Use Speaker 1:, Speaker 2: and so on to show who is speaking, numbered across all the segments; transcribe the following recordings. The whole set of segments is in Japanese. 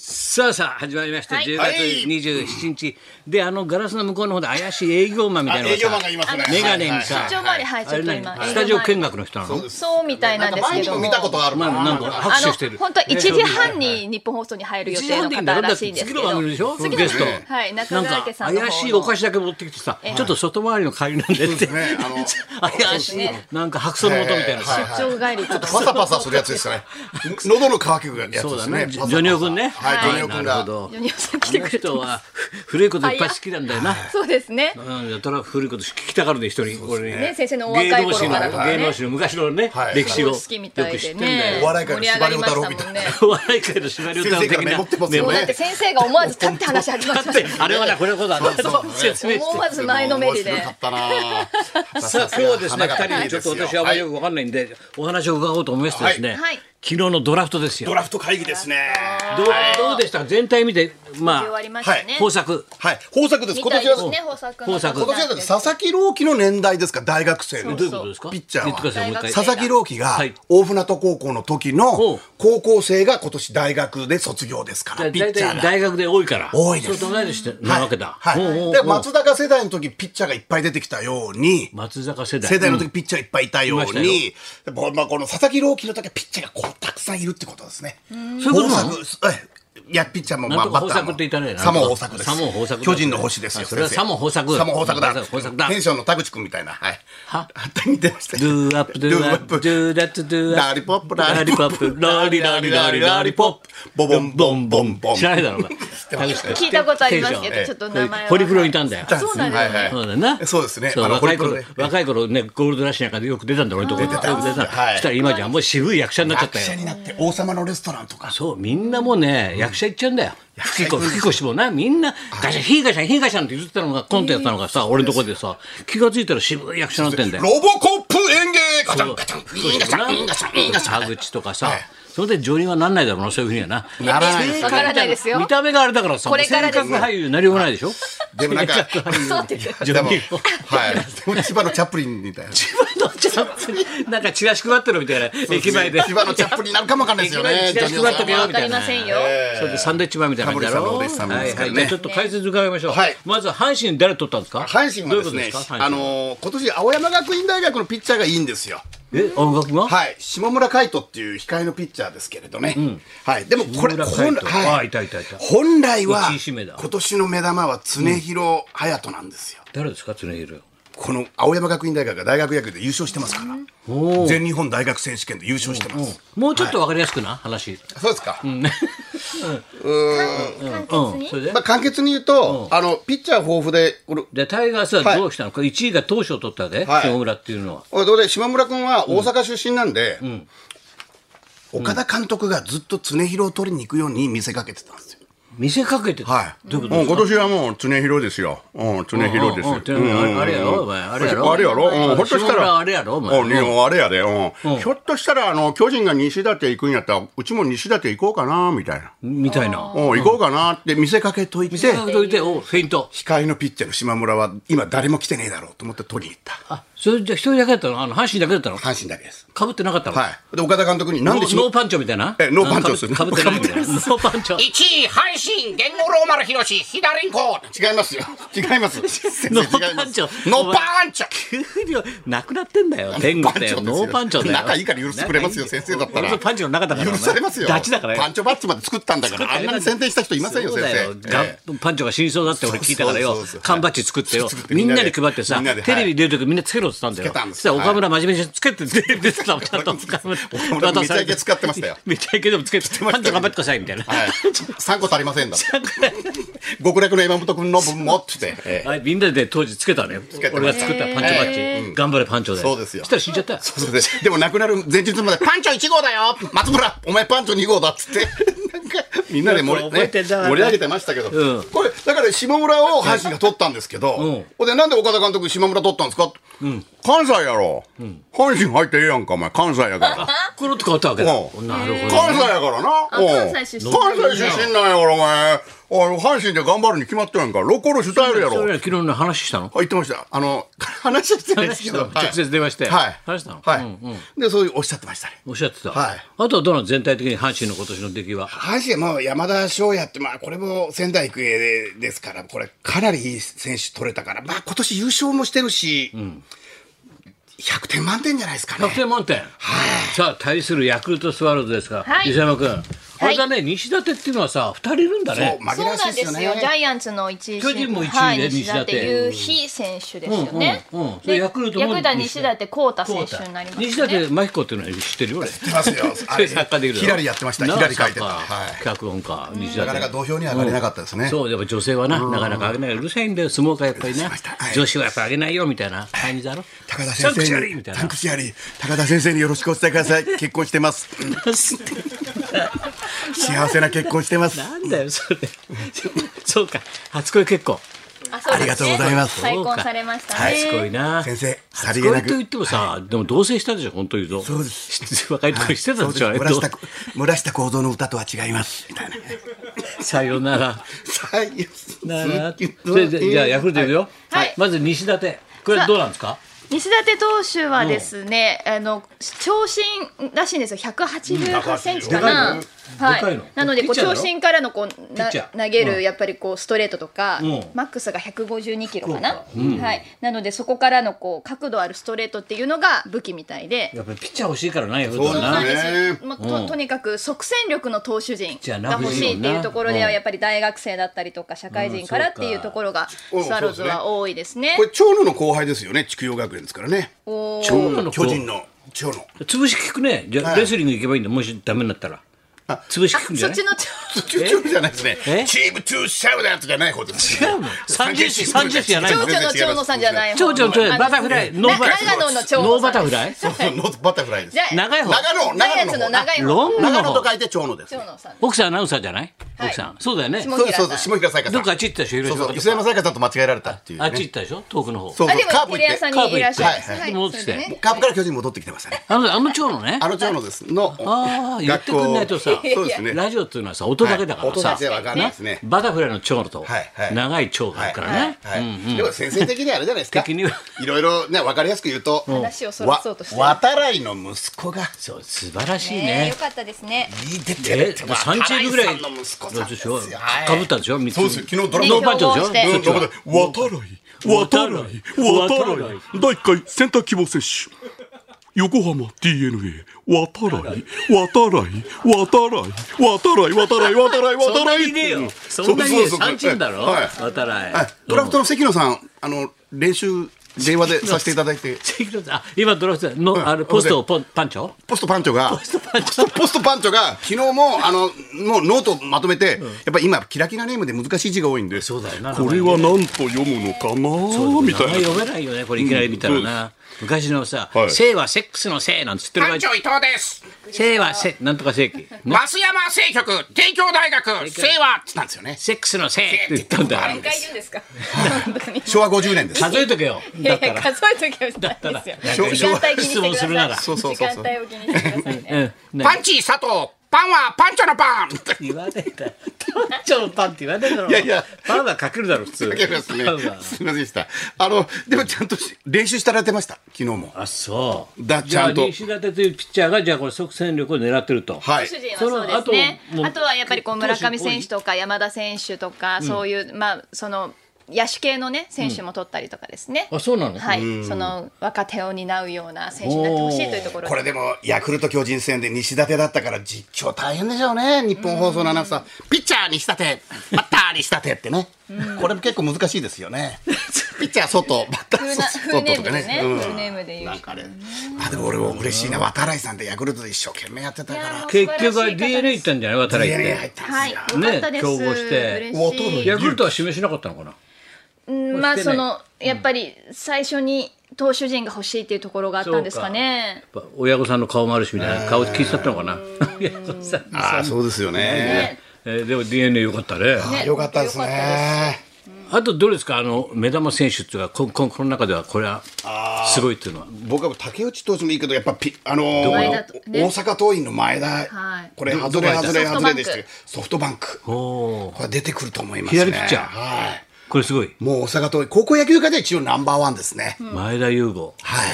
Speaker 1: さあさあ始まりました、
Speaker 2: はい
Speaker 1: 10
Speaker 3: はい
Speaker 1: 月27日、であのガラスの向こうの方で怪しい営業マンみたいなの
Speaker 3: あ営業マンがいますね
Speaker 1: メガネにさ
Speaker 2: はいはいはい出張前には
Speaker 1: あ
Speaker 2: い
Speaker 1: れ何
Speaker 2: ちょっと今
Speaker 1: スタジオ見学の人なの
Speaker 2: そうみたいなんです
Speaker 3: 前
Speaker 2: け
Speaker 3: に
Speaker 2: ど
Speaker 3: も
Speaker 2: も。
Speaker 3: 見たことある
Speaker 1: まあなんか拍手して
Speaker 2: あ
Speaker 1: る
Speaker 2: の本当は1時半に日本放送に入る予定の方らしいんですけど。
Speaker 1: 次の番組でしょ
Speaker 2: 次の
Speaker 1: ゲスト
Speaker 2: はい、中
Speaker 1: なん
Speaker 2: 村
Speaker 1: か
Speaker 2: 家さんの方の。
Speaker 1: 怪しいお菓子だけ持ってきてさちょっと外回りの帰りなんでって
Speaker 3: ねあの
Speaker 1: 怪しいなんか白草の元みたいな
Speaker 3: はい
Speaker 1: さ
Speaker 3: はい
Speaker 2: 出張帰りとか。
Speaker 3: パサパサするやつですよね。喉の渇きがやつですね。
Speaker 1: そうだねジ
Speaker 3: パサパサ
Speaker 1: ョニオ君ね
Speaker 3: はい、ジョニオ君
Speaker 1: なるほ
Speaker 3: が。
Speaker 1: ど
Speaker 2: ジョニオさん来
Speaker 1: あ
Speaker 2: て
Speaker 1: の
Speaker 2: くれて
Speaker 1: 人
Speaker 2: ま
Speaker 1: は
Speaker 2: す。
Speaker 1: 古いこといっぱい好きなんだよな
Speaker 2: そうですね。
Speaker 1: うん、やたら古いこと聞きたがるね一人俺ね
Speaker 2: ね先生のお若い頃からとかね
Speaker 1: 芸能史の芸能史の昔のね、
Speaker 3: はい
Speaker 1: 歴史をよ
Speaker 2: 好
Speaker 1: く
Speaker 2: き
Speaker 1: 知
Speaker 2: み
Speaker 1: って
Speaker 2: た
Speaker 1: ん
Speaker 2: いで
Speaker 1: だ
Speaker 2: ね。
Speaker 1: よ、
Speaker 3: お笑い界の
Speaker 2: 盛り上がりましたもん
Speaker 3: 司馬
Speaker 2: ね。
Speaker 1: お笑い界の司馬遼太郎的
Speaker 3: 先生がね
Speaker 1: な
Speaker 3: 持ってます
Speaker 1: ね
Speaker 3: よ
Speaker 2: そうだって先生が思わず立って話始まっ
Speaker 1: だ
Speaker 2: て
Speaker 1: っ
Speaker 2: ましてた。
Speaker 1: あれはなこれはこうだな
Speaker 3: そう
Speaker 1: と
Speaker 3: ね
Speaker 1: 説明し
Speaker 2: 思
Speaker 1: て
Speaker 2: わず前のめりで
Speaker 3: 面白かったな
Speaker 1: さあ今日はですね
Speaker 3: 花が
Speaker 1: 二人にちょっと私はあまりよくわかんないんで、お話を伺おうと思いましてですね、
Speaker 2: はい
Speaker 1: 昨日のドラフトですよ
Speaker 3: ドラフト会議ですね。
Speaker 1: どうどうでした全体見てま
Speaker 2: 終わ
Speaker 1: あ
Speaker 2: りましたね。
Speaker 1: 豊作
Speaker 3: はい、豊作です。
Speaker 2: み
Speaker 3: 今
Speaker 2: たい
Speaker 3: 年
Speaker 2: で
Speaker 3: は、
Speaker 2: すね、豊作の。
Speaker 1: 豊作
Speaker 3: 今年は佐々木朗希の年代ですか、大学生の。
Speaker 1: どういうことですか
Speaker 3: ピッチャーは
Speaker 1: 言ってくださいもう一回
Speaker 2: 大
Speaker 3: 佐々木朗希が
Speaker 1: はい
Speaker 3: 大船渡高校の時
Speaker 1: ほう
Speaker 3: の高校生が今年大学で卒業ですか
Speaker 1: だ
Speaker 3: ら、
Speaker 1: い
Speaker 3: ピッチャ
Speaker 1: た
Speaker 3: ー
Speaker 1: い
Speaker 3: が。
Speaker 1: 大学で多いから
Speaker 3: 多いです
Speaker 1: それと同じしてなわけだ、
Speaker 3: はい
Speaker 1: おうおうお
Speaker 3: は
Speaker 1: う
Speaker 3: い、で松坂世代の時ピッチャーがいっぱい出てきたように
Speaker 1: 松坂世代
Speaker 3: 世代の時ピッチャーいっぱいいたよう
Speaker 1: いまし
Speaker 3: に、ぼまあ、この佐々木朗希の時はピッチャーがこうたくさんいるってことですね。
Speaker 1: そういうことなの
Speaker 3: 豊作えいやピッチャーも、ま
Speaker 1: な
Speaker 3: あ、
Speaker 1: んとか
Speaker 3: バッタ
Speaker 1: 豊
Speaker 3: ー
Speaker 1: 作
Speaker 3: も
Speaker 1: って言ったね
Speaker 3: サモン豊作です
Speaker 1: サモン豊作だ
Speaker 3: 巨人の星ですよ
Speaker 1: あそれは
Speaker 3: 先生
Speaker 1: サモン豊作
Speaker 3: サモン豊
Speaker 1: うん豊
Speaker 3: 作
Speaker 1: 作
Speaker 3: だ
Speaker 1: だ
Speaker 3: テンションの田口君みたいなはい
Speaker 1: は
Speaker 3: 似てましたよ
Speaker 1: ドゥアップドゥアップ
Speaker 3: ドゥ
Speaker 1: ドゥダッツドゥアップ
Speaker 3: ラリポップラリポップ
Speaker 1: ラリラリラリラリポップ
Speaker 3: ボボンボンボンボン
Speaker 1: 知らないだろお前
Speaker 3: てます
Speaker 1: 田口
Speaker 2: 聞いたことありますけ
Speaker 1: テン
Speaker 2: ど、ちょっと
Speaker 1: ション
Speaker 2: 名前は。
Speaker 1: ホリプロにいたんだよ
Speaker 3: ダンス
Speaker 2: そうなんですね
Speaker 3: はいはい
Speaker 1: そうだな
Speaker 3: そうですね
Speaker 1: そう
Speaker 3: あの
Speaker 1: 若い頃
Speaker 3: ホリプロで
Speaker 1: 若い頃ねゴールドラッシュなんかでよく出たんだ俺とこ出
Speaker 3: 出てたんですよはい
Speaker 1: したら今じゃもう渋い役者になっちゃっ
Speaker 3: 役
Speaker 1: た
Speaker 3: 者に
Speaker 1: よ
Speaker 3: なって王様のレストランとか
Speaker 1: そうみんなもうね役者行っちゃうんだよ吹き子吹き子しもなみんなガシャンヒーガシャンヒーガシャンって言ってたのがコントやったのがさ俺のとこでさ気がついたら渋い役者になってんだよ
Speaker 3: ロボコップ演芸ガチャンガチャンインガチャンインガチャンインガチャン
Speaker 1: 田口とかさ、
Speaker 3: はい
Speaker 1: それで女優はなんないだろうなそういうふうにはな
Speaker 3: ならないです
Speaker 2: わからないですよ
Speaker 1: 見た目があれだからさ
Speaker 2: これからです
Speaker 1: 性格俳優になりようがない でしょ
Speaker 3: でもなんか
Speaker 2: そうって言って。
Speaker 3: でもはいでも千葉のチャップリンみたいな千
Speaker 1: 千葉のチャップなんかチラシ配ってるみたいな駅前で
Speaker 3: 葉のチャップリンになるかもわかんないですよね
Speaker 1: 千葉のチャップリン
Speaker 3: ジョニオ
Speaker 2: わかりませんよ。
Speaker 1: それでサンドイッチマンみたいな感じだ
Speaker 3: タ
Speaker 1: ろ
Speaker 3: モリさんのお弟子さんですか
Speaker 1: は
Speaker 3: ら
Speaker 1: い
Speaker 3: ね
Speaker 1: はいじゃあちょっと解説伺いましょう、
Speaker 3: はい
Speaker 1: まずは阪神誰取ったんですか
Speaker 3: さん阪神はです
Speaker 1: どうい
Speaker 3: ね
Speaker 1: うことですか
Speaker 3: あのー今年青山学院大学のピッチャーがいいんですよ
Speaker 1: え青学が、
Speaker 3: はい下村海斗っていう控えのピッチャーですけれどねはいでもこれ
Speaker 1: 下村海斗
Speaker 3: 本来
Speaker 1: あいたいたいた
Speaker 3: 本来は
Speaker 1: 一位指名だ
Speaker 3: 今年の目玉は常広隼人なんですよ
Speaker 1: 誰ですか常広
Speaker 3: この青山学院大学が大学野球で優勝してますから全日本大学選手権で優勝してます
Speaker 1: もうちょっとわかりやすくな、話
Speaker 3: そうですか
Speaker 1: うんそれで
Speaker 3: まあ、簡潔に言うと、あのピッチャー豊富で、これ
Speaker 1: でタイガースはどうしたのか、一1位が投手を取ったで、
Speaker 3: はい
Speaker 1: 下村っていうのは
Speaker 3: これ島村君は大阪出身なんで、岡田監督がずっと常広を取りに行くように見せかけてたんですよ。
Speaker 1: 見せかけてた
Speaker 3: はい、
Speaker 1: どういうこと
Speaker 3: もう今年はもう常広ですよ。うん、常広です
Speaker 1: うんうんう
Speaker 3: よ
Speaker 1: ん。常広あれやろお前あれやろ
Speaker 3: あれやろ。うん、ほっとし
Speaker 1: 島
Speaker 3: た
Speaker 1: 村
Speaker 3: ら。
Speaker 1: あれやろお前
Speaker 3: うん、日本あれやで、うんひょっとしたらあの巨人が西舘行くんやったらうちも西舘行こうかなみたいな、
Speaker 1: みたいな
Speaker 3: うん、行こうかなって見せかけといて
Speaker 1: 見せかけといておフェイント
Speaker 3: 控えのピッチャーの島村は今誰も来てねえだろうと思って取りに行った
Speaker 1: あそれじゃ一人だけだったのあの阪神だけだったの
Speaker 3: 阪神だけです
Speaker 1: かぶってなかったの
Speaker 3: はい。で、岡田監督に、なんで
Speaker 1: ノ
Speaker 3: し
Speaker 1: ーノーパンチョみたいな
Speaker 3: えノーパンチョです
Speaker 1: かぶってないみたいな
Speaker 3: かぶって
Speaker 1: ノーパンチョ
Speaker 4: 1位阪神言語ローマル広志左んこ
Speaker 3: 違いますよ。違います。先生
Speaker 1: ノーパンチ
Speaker 3: 違います
Speaker 1: ョ
Speaker 3: ノーパンチョ
Speaker 1: 給料なくなってんだよ天
Speaker 3: ノー
Speaker 1: 国
Speaker 3: パン
Speaker 1: だよノ
Speaker 3: チョですよ
Speaker 1: ーパンチョだよ
Speaker 3: 仲いいから許してくれますよ
Speaker 1: 仲いい
Speaker 3: 先生だったら
Speaker 1: 俺とパンチョの中だから
Speaker 3: 許されますよ。
Speaker 1: ダチだからよ
Speaker 3: パンチョバッチまで作ったんだから、あんなに宣伝した人いませんよ、
Speaker 1: そう
Speaker 3: 先
Speaker 1: だよ
Speaker 3: 生。
Speaker 1: ガ
Speaker 3: ええ
Speaker 1: ンパンチョが真相だって俺聞いたから
Speaker 3: そう
Speaker 1: よ
Speaker 3: そうそうそう
Speaker 1: 缶バッジ作ってよ
Speaker 3: 作って
Speaker 1: みんなに配ってさ
Speaker 3: みんなで
Speaker 1: テレビ出る時みんなつけろって言ったんだよ
Speaker 3: つけたんです
Speaker 1: そしたら岡村真面目につけてテレビ出てたもんちゃんと
Speaker 3: 岡村
Speaker 1: 岡村
Speaker 3: めちゃイケ使ってましたよ
Speaker 1: めちゃイケでもつけて
Speaker 3: ましたよ
Speaker 1: パンチョ頑張ってくださいみたいな
Speaker 3: はい。3個足りませんだって。極楽の山本君の分もってて。ええ
Speaker 1: あれみんなで当時つけたね
Speaker 3: けてました
Speaker 1: 俺が作ったパンチョバッジ、頑張れパンチョで
Speaker 3: そうですよ
Speaker 1: したら死んじゃったよ
Speaker 3: それで でも亡くなる前日まで、パンチョ1号だよ松村お前パンチョ2号だっつって。 なんか、みんなで盛り,、
Speaker 1: 覚え
Speaker 3: ね、
Speaker 1: てんだわ
Speaker 3: 盛り上げてましたけど、
Speaker 1: うん
Speaker 3: これ、だから下村を阪神が取ったんですけど、
Speaker 1: ん
Speaker 3: ほんで、なんで岡田監督島村取ったんですか、関西やろ、阪神入ってええやんか、お前。関西 やから。
Speaker 1: コロッと変わったわけだ
Speaker 3: うん
Speaker 1: なるほど
Speaker 3: 関西やからな。うん
Speaker 2: 関西出身
Speaker 3: 関西出身なんやから、お前。おい阪神で頑張るに決まってないんか六甲おろし歌えるや
Speaker 1: そ
Speaker 3: ろ
Speaker 1: れ昨日の話したの
Speaker 3: あ言ってました。あの、話はしてないですけ
Speaker 1: 話
Speaker 3: ど、
Speaker 1: したの直接電話して
Speaker 3: はい。
Speaker 1: 話したの
Speaker 3: はい、
Speaker 1: うん
Speaker 3: で、そういうおっしゃってましたね。
Speaker 1: おっしゃってた、
Speaker 3: はい
Speaker 1: あとはどうなの全体的に阪神の今年の出来は
Speaker 3: 阪神はもう山田翔也って、まあ、これも仙台育英でですから、これ、かなりいい選手取れたから、まあ、今年優勝もしてるし、100点満点じゃないですか
Speaker 1: 100
Speaker 3: ね。
Speaker 1: 点満点、さあ対するヤクルトスワローズですが、
Speaker 2: はい
Speaker 1: 磯山君あれだね、西舘っていうのはさ2人いるんだね
Speaker 3: 紛
Speaker 2: そう
Speaker 3: らわ
Speaker 2: な
Speaker 3: しい
Speaker 2: んですよ。ジャイアンツの一位
Speaker 1: 巨人も一位ね
Speaker 2: はい
Speaker 1: 西
Speaker 2: 西
Speaker 1: 舘
Speaker 2: 舘勇飛選手ですよね。
Speaker 1: うんうんうんそ
Speaker 2: で
Speaker 1: れ
Speaker 2: ヤ
Speaker 1: ヤクルトも
Speaker 2: クルトは西舘幸太選手になりますね。
Speaker 1: 西舘真彦っていうのは知ってるよ俺
Speaker 3: 知ってま すよ。あれ
Speaker 1: 作家できる
Speaker 3: ひらりやってました。ひらり書いてた。はい
Speaker 1: い、脚本家西舘
Speaker 3: なかなか土俵には上がれなかったですね。
Speaker 1: そう、やっぱ女性はな、なかなか上げない。うるさいんだよ、相撲界やっぱり
Speaker 3: 失礼
Speaker 1: な
Speaker 3: しましたは。い
Speaker 1: 女子はやっぱ上げないよ、みたいな感じだろ。
Speaker 3: 高田
Speaker 1: サンク
Speaker 3: 先
Speaker 1: チュア
Speaker 3: 生
Speaker 1: リーみ
Speaker 3: に、
Speaker 1: たい
Speaker 3: タン
Speaker 1: な
Speaker 3: ク。シアリー、高田先生によろしくお伝えください。結婚し てます。幸せな結婚してま す。
Speaker 1: なんだよ、それ。そうか、初恋結婚。
Speaker 2: あそうですね
Speaker 3: ありがとうございます
Speaker 2: 再婚されましたね。
Speaker 1: 初恋な。
Speaker 3: 先生さ
Speaker 1: 初
Speaker 3: りげ
Speaker 1: 恋
Speaker 3: なく
Speaker 1: と言ってもさ、でも同棲したでしょ、本当に言うと。。
Speaker 3: そうで す
Speaker 1: 若い時してた
Speaker 3: そ
Speaker 1: で
Speaker 3: うで
Speaker 1: し
Speaker 3: す
Speaker 1: ょ、あれ
Speaker 3: 村下村下幸三の歌とは違いますみたいな。
Speaker 1: さよなら。
Speaker 3: はい。
Speaker 1: なら。それでじゃあ、ヤクルトいくよ。
Speaker 2: は
Speaker 1: は
Speaker 2: い
Speaker 1: いまず西舘。これどうなんですか
Speaker 2: 西舘投手はですね、あの長身らしいんですよ、188センチかな
Speaker 1: でか。
Speaker 2: は
Speaker 1: でかいの
Speaker 2: なのでこう
Speaker 1: ピッチャーだ
Speaker 2: 長
Speaker 1: ろ
Speaker 2: 身からのこうな
Speaker 1: ピッチャー
Speaker 2: 投げ
Speaker 1: うん
Speaker 2: るやっぱりこうストレートとか、
Speaker 1: うん
Speaker 2: マックスが152キロか
Speaker 1: そ
Speaker 2: な、はい、なのでそこからのこう角度あるストレートっていうのが武器みたいで、
Speaker 1: やっぱりピッチャー欲しいからな、ヤクルトは
Speaker 3: そうだ
Speaker 1: な
Speaker 2: そう
Speaker 3: ね。
Speaker 2: なんです、まあ
Speaker 1: うん
Speaker 2: ととにかく即戦力の投手陣
Speaker 1: じゃあな
Speaker 2: が欲しいっていうところで
Speaker 1: う
Speaker 2: は
Speaker 1: ん
Speaker 2: やっぱり大学生だったりとか社会人からっていうところが
Speaker 3: うんそうか
Speaker 2: スワローズは多いですね
Speaker 3: こ。れ長野の後輩ですよね。筑陽学園ですからね。
Speaker 2: おー
Speaker 1: 長野の子
Speaker 3: 巨人の長野。
Speaker 1: 潰し効くね。じゃあ、
Speaker 3: はい
Speaker 1: レスリング行けばいいんだ。もしダメになったら。潰し効くんじ
Speaker 2: そ
Speaker 1: ゃ
Speaker 2: っ
Speaker 1: ない
Speaker 2: ちの
Speaker 3: 長野じゃないです
Speaker 1: え
Speaker 3: ね。チームトゥーシャウダーじゃない方です。
Speaker 1: 違うの三十種三十種じゃない
Speaker 2: 蝶
Speaker 1: の
Speaker 2: 々の蝶野さんじゃない
Speaker 1: 蝶
Speaker 2: 方
Speaker 1: 々の蝶々バタフライ、ノーバタフライ。
Speaker 2: 長野の蝶野さん
Speaker 1: ノーバタフライ
Speaker 3: そうそうノーズバタフライです
Speaker 2: じゃ。あ
Speaker 1: 長い方。
Speaker 3: 長
Speaker 2: 長い
Speaker 3: 野長
Speaker 2: や
Speaker 3: 野
Speaker 2: つ
Speaker 3: の
Speaker 2: の
Speaker 3: 方。
Speaker 2: 長い
Speaker 1: ロン
Speaker 2: 方
Speaker 1: グ
Speaker 3: 長
Speaker 1: の
Speaker 3: 野と書
Speaker 1: 方。
Speaker 3: いて長野です。
Speaker 2: 蝶野さん
Speaker 1: 奥さんアナウンサーじゃない
Speaker 2: はい
Speaker 1: 奥さん。そうだよね。
Speaker 2: 下
Speaker 3: そうですそうです下平さん
Speaker 1: どっかあっち行ったでしょ広島と
Speaker 3: そうそ
Speaker 1: か
Speaker 3: う磯山さやかさんと間違えられたっていうね。
Speaker 1: あっち行ったでしょ遠くの方。
Speaker 3: そう
Speaker 2: あ
Speaker 3: そう
Speaker 2: でも
Speaker 3: カープ
Speaker 2: テレ
Speaker 3: 行っ
Speaker 2: 朝
Speaker 3: て
Speaker 2: にいらっしゃいます
Speaker 3: はい
Speaker 1: はい戻ってきて
Speaker 2: そうですね
Speaker 3: カープから巨人に戻ってきてましたね。
Speaker 1: あの、あの蝶のね。
Speaker 3: あの長野ですの
Speaker 1: あー言ってくんないとさ
Speaker 3: 学校そうですね。
Speaker 1: ラジオっていうのはさ、音だけだから
Speaker 3: はい音
Speaker 1: さ
Speaker 3: だけでわかんないですね。
Speaker 1: バタフライの蝶と
Speaker 3: はいはい
Speaker 1: 長い蝶があるからね。
Speaker 3: はいでも先生的にはあれじゃないですか
Speaker 1: 的にはい
Speaker 3: ろいろね分かりやすく言うと
Speaker 2: 話をそらそうとしてる
Speaker 3: わ渡来の息子が
Speaker 1: そう、素晴らしい
Speaker 2: ねえ
Speaker 1: ね
Speaker 2: よ。かったですね
Speaker 3: いい出てる
Speaker 1: え、
Speaker 3: って
Speaker 1: まあ三チームぐらい
Speaker 3: 渡来さんの息子さん
Speaker 1: で
Speaker 3: です
Speaker 1: し
Speaker 3: よ
Speaker 1: ょ
Speaker 3: はい
Speaker 1: かぶったでしょ。三つ
Speaker 3: そうですよ昨日ドラ
Speaker 1: ノーパンチョでしょ。
Speaker 2: ね
Speaker 1: そっちは
Speaker 3: 渡来渡来
Speaker 1: 渡
Speaker 5: 渡
Speaker 1: 来
Speaker 5: 来第1回センター希望選手横浜 DNA 渡来渡来渡来渡来渡来渡来
Speaker 1: そ
Speaker 5: 渡
Speaker 1: んな
Speaker 5: 来
Speaker 1: にねえよ。そんなにねえよ。
Speaker 3: そうそうそう
Speaker 1: 三チームだろ
Speaker 3: はい。
Speaker 1: 渡来
Speaker 3: はい。ドラフトの関野さんあの練習電話でさせていただいて
Speaker 1: あ、今ドラフトの、あの、ポストをポンパンチョ
Speaker 3: ポストパンチョ がポストパンチョが昨日もあのもうノートまとめて、やっぱり今キラキラネームで難しい字が多いんで
Speaker 1: そうだよな。
Speaker 5: これは何と読むのかなみた
Speaker 1: 名前
Speaker 5: いな
Speaker 1: 読めないよね、これいきなり見たらな。昔のさ
Speaker 5: は、い
Speaker 1: 性はセックスの性なんつってる場合
Speaker 4: 班、長伊藤です
Speaker 1: 性はせ、なんとか性器。な
Speaker 4: 増山政局帝京大学清和
Speaker 3: なんですよね
Speaker 1: セックスの性って言ったんだよ
Speaker 2: 何。回言うんですか本当に
Speaker 3: 昭和50年です
Speaker 1: 数えとけよ。
Speaker 2: い
Speaker 1: だ
Speaker 2: や
Speaker 1: っ
Speaker 2: い
Speaker 1: た
Speaker 2: や
Speaker 1: ら。
Speaker 2: 数えときはしたいですよ
Speaker 3: だったら
Speaker 2: 時間帯気にしてくだ
Speaker 1: 質問するなら
Speaker 2: さい
Speaker 3: そうそうそうそう
Speaker 2: 時間帯を気にしてくださいね
Speaker 1: うん。ね
Speaker 4: パンチ佐藤パンはパンチョのパン
Speaker 1: 言わねえだろ。パンチョのパンって言わねえだろ。
Speaker 3: いやいや
Speaker 1: パンはかけるだろ、普通。
Speaker 3: かけますね
Speaker 1: パンは。
Speaker 3: すみませんでした。あの、でもちゃんとし練習したられてました。昨日も。
Speaker 1: あ、そう。
Speaker 3: だちゃん
Speaker 1: じ
Speaker 3: と
Speaker 1: あ西舘というピッチャーが、じゃあこれ即戦力を狙ってると。
Speaker 3: はい
Speaker 2: 主。人はそうですね
Speaker 1: その後もう
Speaker 2: あとはやっぱりこう村上選手とか山田選手とかそういうまあその野手系のね選手も取ったりとかですね
Speaker 1: あ、そうなの
Speaker 2: はいその若手を担うような選手になってほしいというところ
Speaker 3: これでも、ヤクルト巨人戦で西舘だったから実況大変でしょうね。日本放送のアナウンサー。ピッチャー西舘、バッター西舘ってね。これも結構難しいですよね。ピッチャー外、バッター
Speaker 2: フーなフー
Speaker 3: 外
Speaker 2: ネー
Speaker 3: 外と
Speaker 2: ムで
Speaker 3: か
Speaker 2: ね
Speaker 3: ね。
Speaker 2: フ
Speaker 3: うん
Speaker 2: ーネームで言う
Speaker 3: なんかね。あ、でも俺も嬉しいな。渡来さんってヤクルトで一生懸命やってたか
Speaker 2: いや
Speaker 3: ら。
Speaker 1: 結局は DNA 行ったんじゃない渡来っ。
Speaker 3: DNA 入ってたんです
Speaker 2: はい、
Speaker 3: よ。
Speaker 2: よかったです。
Speaker 1: ね競合して
Speaker 2: 嬉しい
Speaker 1: ヤクルトは示しなかったのかな
Speaker 2: うん。まあ
Speaker 1: してな
Speaker 2: そ
Speaker 1: い
Speaker 2: のやっぱり最初に投手陣が欲しいっていうところがあったんですかね。
Speaker 1: やっぱ親御さんの顔もあるしみたいな顔聞いてたのか な親御さんの
Speaker 3: ああ、そうですよね。
Speaker 2: ね
Speaker 1: えーでも DNA 良かったね
Speaker 3: あよかったです
Speaker 2: よか
Speaker 3: ね。
Speaker 1: あとどうですかあの目玉選手っていうかこここの中ではこれはすごいっていうのは。
Speaker 3: 僕は竹内投手もいいけど、やっぱピ、あのー
Speaker 2: 前田とね
Speaker 3: 大阪桐蔭の前田、
Speaker 2: はい
Speaker 3: これ、外れ、外れ、
Speaker 2: ソフト
Speaker 3: 外
Speaker 2: バ
Speaker 3: れ
Speaker 2: ンク
Speaker 3: でしたけど、ソフトバンク、
Speaker 1: お
Speaker 3: こ
Speaker 1: ー
Speaker 3: れは出てくると思いますね。
Speaker 1: 左ピッチャー
Speaker 3: はい。
Speaker 1: これすごい。
Speaker 3: もう大阪桐蔭、高校野球界で一応ナンバーワンですね。
Speaker 1: 前田優吾。
Speaker 3: は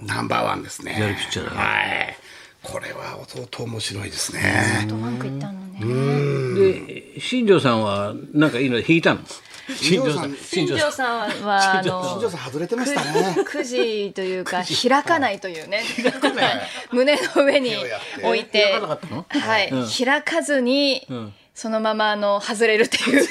Speaker 3: い。ナンバーワンですね。
Speaker 1: 左ピッチャーだ
Speaker 3: はい。これは弟面白いですね。
Speaker 2: トバンク行ったのね。
Speaker 1: で、新庄さんは、なんかいいの引いたの新庄さん。
Speaker 2: 新庄さんは、あの
Speaker 3: 新庄さん外れてました ね。
Speaker 2: くじというか開かないというね胸の上に置いて
Speaker 1: 開かなかったの
Speaker 2: はい開かずにそのままあの外れるっていう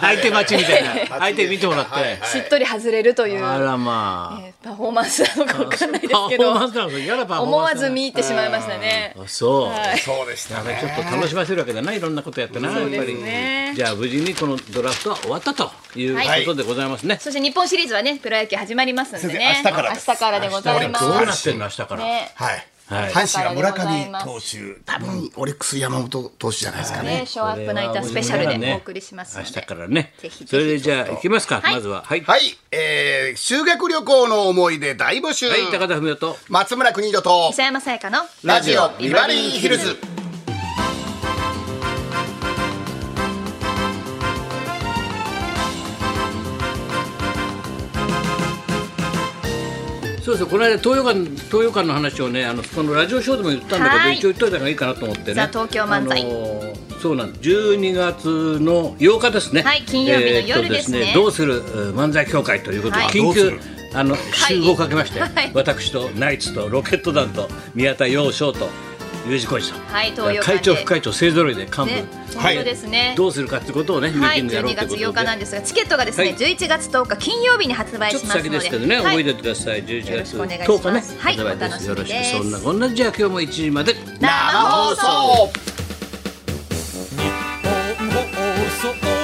Speaker 1: 相手待ちみたいな。相手見てもらって。
Speaker 2: しっとり外れるという
Speaker 1: あらま
Speaker 2: えーパフォーマンスなのかわかんないです
Speaker 1: あ。
Speaker 2: け
Speaker 1: パフォ
Speaker 2: ど
Speaker 1: ーマンスなのか嫌なパフォー
Speaker 2: 思
Speaker 1: マンス
Speaker 2: わ
Speaker 1: なの
Speaker 2: ず見入ってしまいましたね。
Speaker 1: あ、そう。
Speaker 2: はい
Speaker 3: そうでしたね。
Speaker 1: ちょっと楽しませるわけだな、いろんなことやってな、やっぱり
Speaker 2: そうですね。
Speaker 1: じゃあ、無事にこのドラフトは終わったということでございますね。
Speaker 2: そして日本シリーズはねプロ野球始まりますんでね
Speaker 3: 先生明日からです
Speaker 2: 明日からでございま
Speaker 1: どうなっ
Speaker 2: す。
Speaker 1: てんの、明日から。
Speaker 2: ね
Speaker 3: はい。
Speaker 1: はい
Speaker 3: 阪神が村上投手、多分オリックス山本投手じゃないですか
Speaker 2: ね
Speaker 3: ね。
Speaker 2: ショーアップナイタースペシャルでお送りしますの
Speaker 1: 明
Speaker 2: で
Speaker 1: 日からね
Speaker 2: ぜひぜひ
Speaker 1: それでじゃあ行きますか、
Speaker 2: はい
Speaker 1: まずははい、は
Speaker 3: はい、えー、修学旅行の思い出大募集。
Speaker 1: い高田文夫と
Speaker 3: 松村邦洋と
Speaker 2: 磯山さやかの
Speaker 3: ラジオビバリーヒルズ。
Speaker 1: そうそうこの間東洋館東洋館の話をねあのこのラジオショーでも言ったんだけど
Speaker 2: はい
Speaker 1: 一応言っといた方がいいかなと思ってね
Speaker 2: ザ東京漫才
Speaker 1: あのーそうなんです12月の8日ですね
Speaker 2: はい金曜日の夜
Speaker 1: えーっと
Speaker 2: ですね
Speaker 1: どうするえー漫才協会ということで、
Speaker 2: はい
Speaker 1: 緊
Speaker 3: どうす
Speaker 1: 急
Speaker 3: る
Speaker 1: あの集合をかけまして、
Speaker 2: はい
Speaker 1: 私とナイツとロケット団と宮田洋翔と U 字工事さん、
Speaker 2: はい東洋館で
Speaker 1: 会長副会長勢ぞろいで幹部、
Speaker 2: ね本当ですね。
Speaker 1: どうするかってことをね、ミー
Speaker 2: は
Speaker 1: テ
Speaker 2: い、
Speaker 1: ィングやろう
Speaker 2: 12
Speaker 1: というこ
Speaker 2: 月
Speaker 1: とで、
Speaker 2: 8日なんですが、チケットがです
Speaker 1: は
Speaker 2: ね、
Speaker 1: い
Speaker 2: 11月10日金曜日に発売
Speaker 1: ちょっ
Speaker 2: し
Speaker 1: と
Speaker 2: ますの
Speaker 1: 先で
Speaker 2: で、
Speaker 1: すけどね、
Speaker 2: は
Speaker 1: 覚え
Speaker 2: い
Speaker 1: ておいてください。11月
Speaker 2: よろしくお願いし
Speaker 1: 10日ね
Speaker 2: ます、はい
Speaker 1: 発売で
Speaker 2: お楽しみ
Speaker 1: よろし
Speaker 2: で
Speaker 1: く。
Speaker 2: す
Speaker 1: そんなこんなじゃあ今日も1時まで。
Speaker 2: 生放送
Speaker 3: 放送
Speaker 6: 放送